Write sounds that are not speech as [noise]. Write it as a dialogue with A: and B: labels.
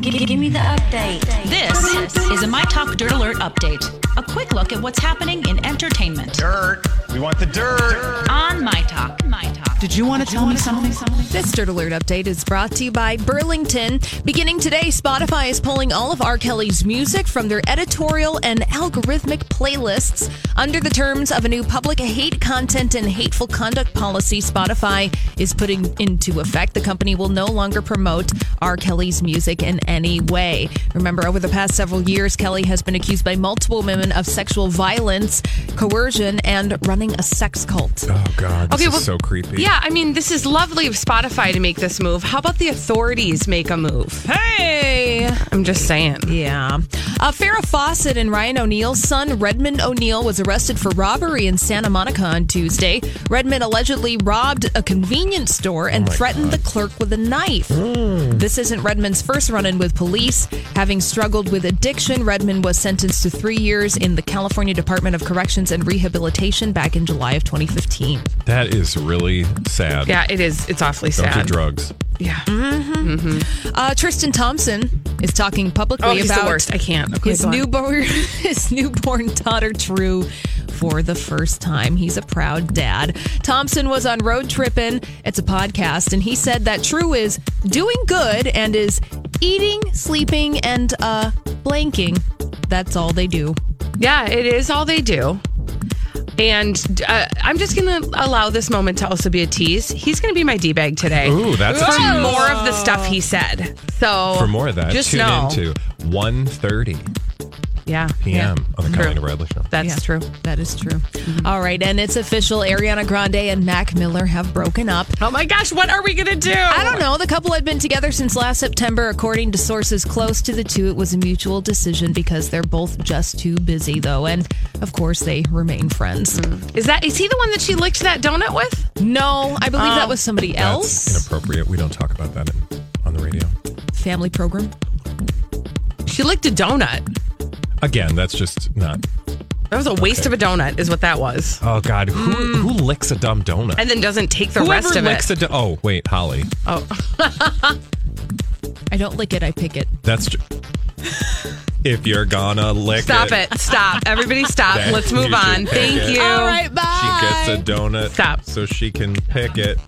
A: Give, give me the update.
B: This is a My Talk Dirt Alert update. A quick look at what's happening in entertainment
C: dirt. We want the dirt.
B: on My Talk. My Talk.
D: Did you want to tell me something?
E: This Dirt Alert update is brought to you by Burlington. Beginning today, Spotify is pulling all of R. Kelly's music from their editorial and algorithmic playlists. Under the terms of a new public hate content and hateful conduct policy, Spotify is putting into effect. The company will no longer promote R. Kelly's music in any way. Remember, over the past several years, Kelly has been accused by multiple women of sexual violence, coercion, and running a sex cult.
C: Oh God, this
F: Okay,
C: is
F: well,
C: so creepy.
F: Yeah, I mean, this is lovely of Spotify to make this move. How about the authorities make a move?
E: Hey!
F: I'm just saying.
E: Yeah. Uh, Farrah Fawcett and Ryan O'Neal's son, Redmond O'Neal, was arrested for robbery in Santa Monica on Tuesday. Redmond allegedly robbed a convenience store and threatened the clerk with a knife. This isn't Redmond's first run in with police. Having struggled with addiction, Redmond was sentenced to three years in the California Department of Corrections and Rehabilitation back in July of 2015.
C: that is really sad.
F: Yeah, it is. It's awfully
C: Don't do
F: sad.
C: drugs.
F: Yeah.
E: Uh, Tristan Thompson is talking publicly
F: Oh, he's
E: about
F: the worst. I can't. Okay,
E: his
F: go on.
E: newborn [laughs] his newborn daughter True for the first time. He's a proud dad. Thompson was on road trippin'. It's a podcast, and he said that True is doing good and is eating, sleeping, and uh blanking. That's all they do.
F: Yeah, it is all they do. And uh, I'm just going to allow this moment to also be a tease. He's going to be my D bag today.
C: Ooh, that's a
F: For
C: tease.
F: more of the stuff he said. So
C: For more of that,
F: just
C: tune
F: know.
C: in to 1.30
F: yeah.
C: p.m. on the
F: True.
C: Colleen Bradley Show.
F: That's true.
E: That is true. All right, and it's official. Ariana Grande and Mac Miller have broken up.
F: Oh my gosh, what are we going to do?
E: I don't know. The couple had been together since last September. According to sources close to the two, it was a mutual decision because they're both just too busy, though. And of course, they remain friends.
F: Is that is he the one that she licked that donut with?
E: No, I believe that was somebody
C: That's
E: else.
C: inappropriate. We don't talk about that in, on the radio.
E: Family program.
F: She licked a donut.
C: Again, that's just not.
F: That was a waste of a donut, is what that was.
C: Oh God, who who licks a dumb donut?
F: Hmm. And then doesn't take the
C: Whoever
F: rest of
C: licks
F: it.
C: a do- oh wait, Holly,
E: I don't lick it, I pick it.
C: that's. Ju- if you're gonna lick,
F: Stop it. Stop. Everybody
C: [laughs]
F: stop.
C: Then
F: Let's
C: you
F: move
C: should
F: on.
C: pick
F: Thank
C: it.
F: you.
E: All right, bye.
C: She gets a donut.
F: Stop.
C: So she can pick it.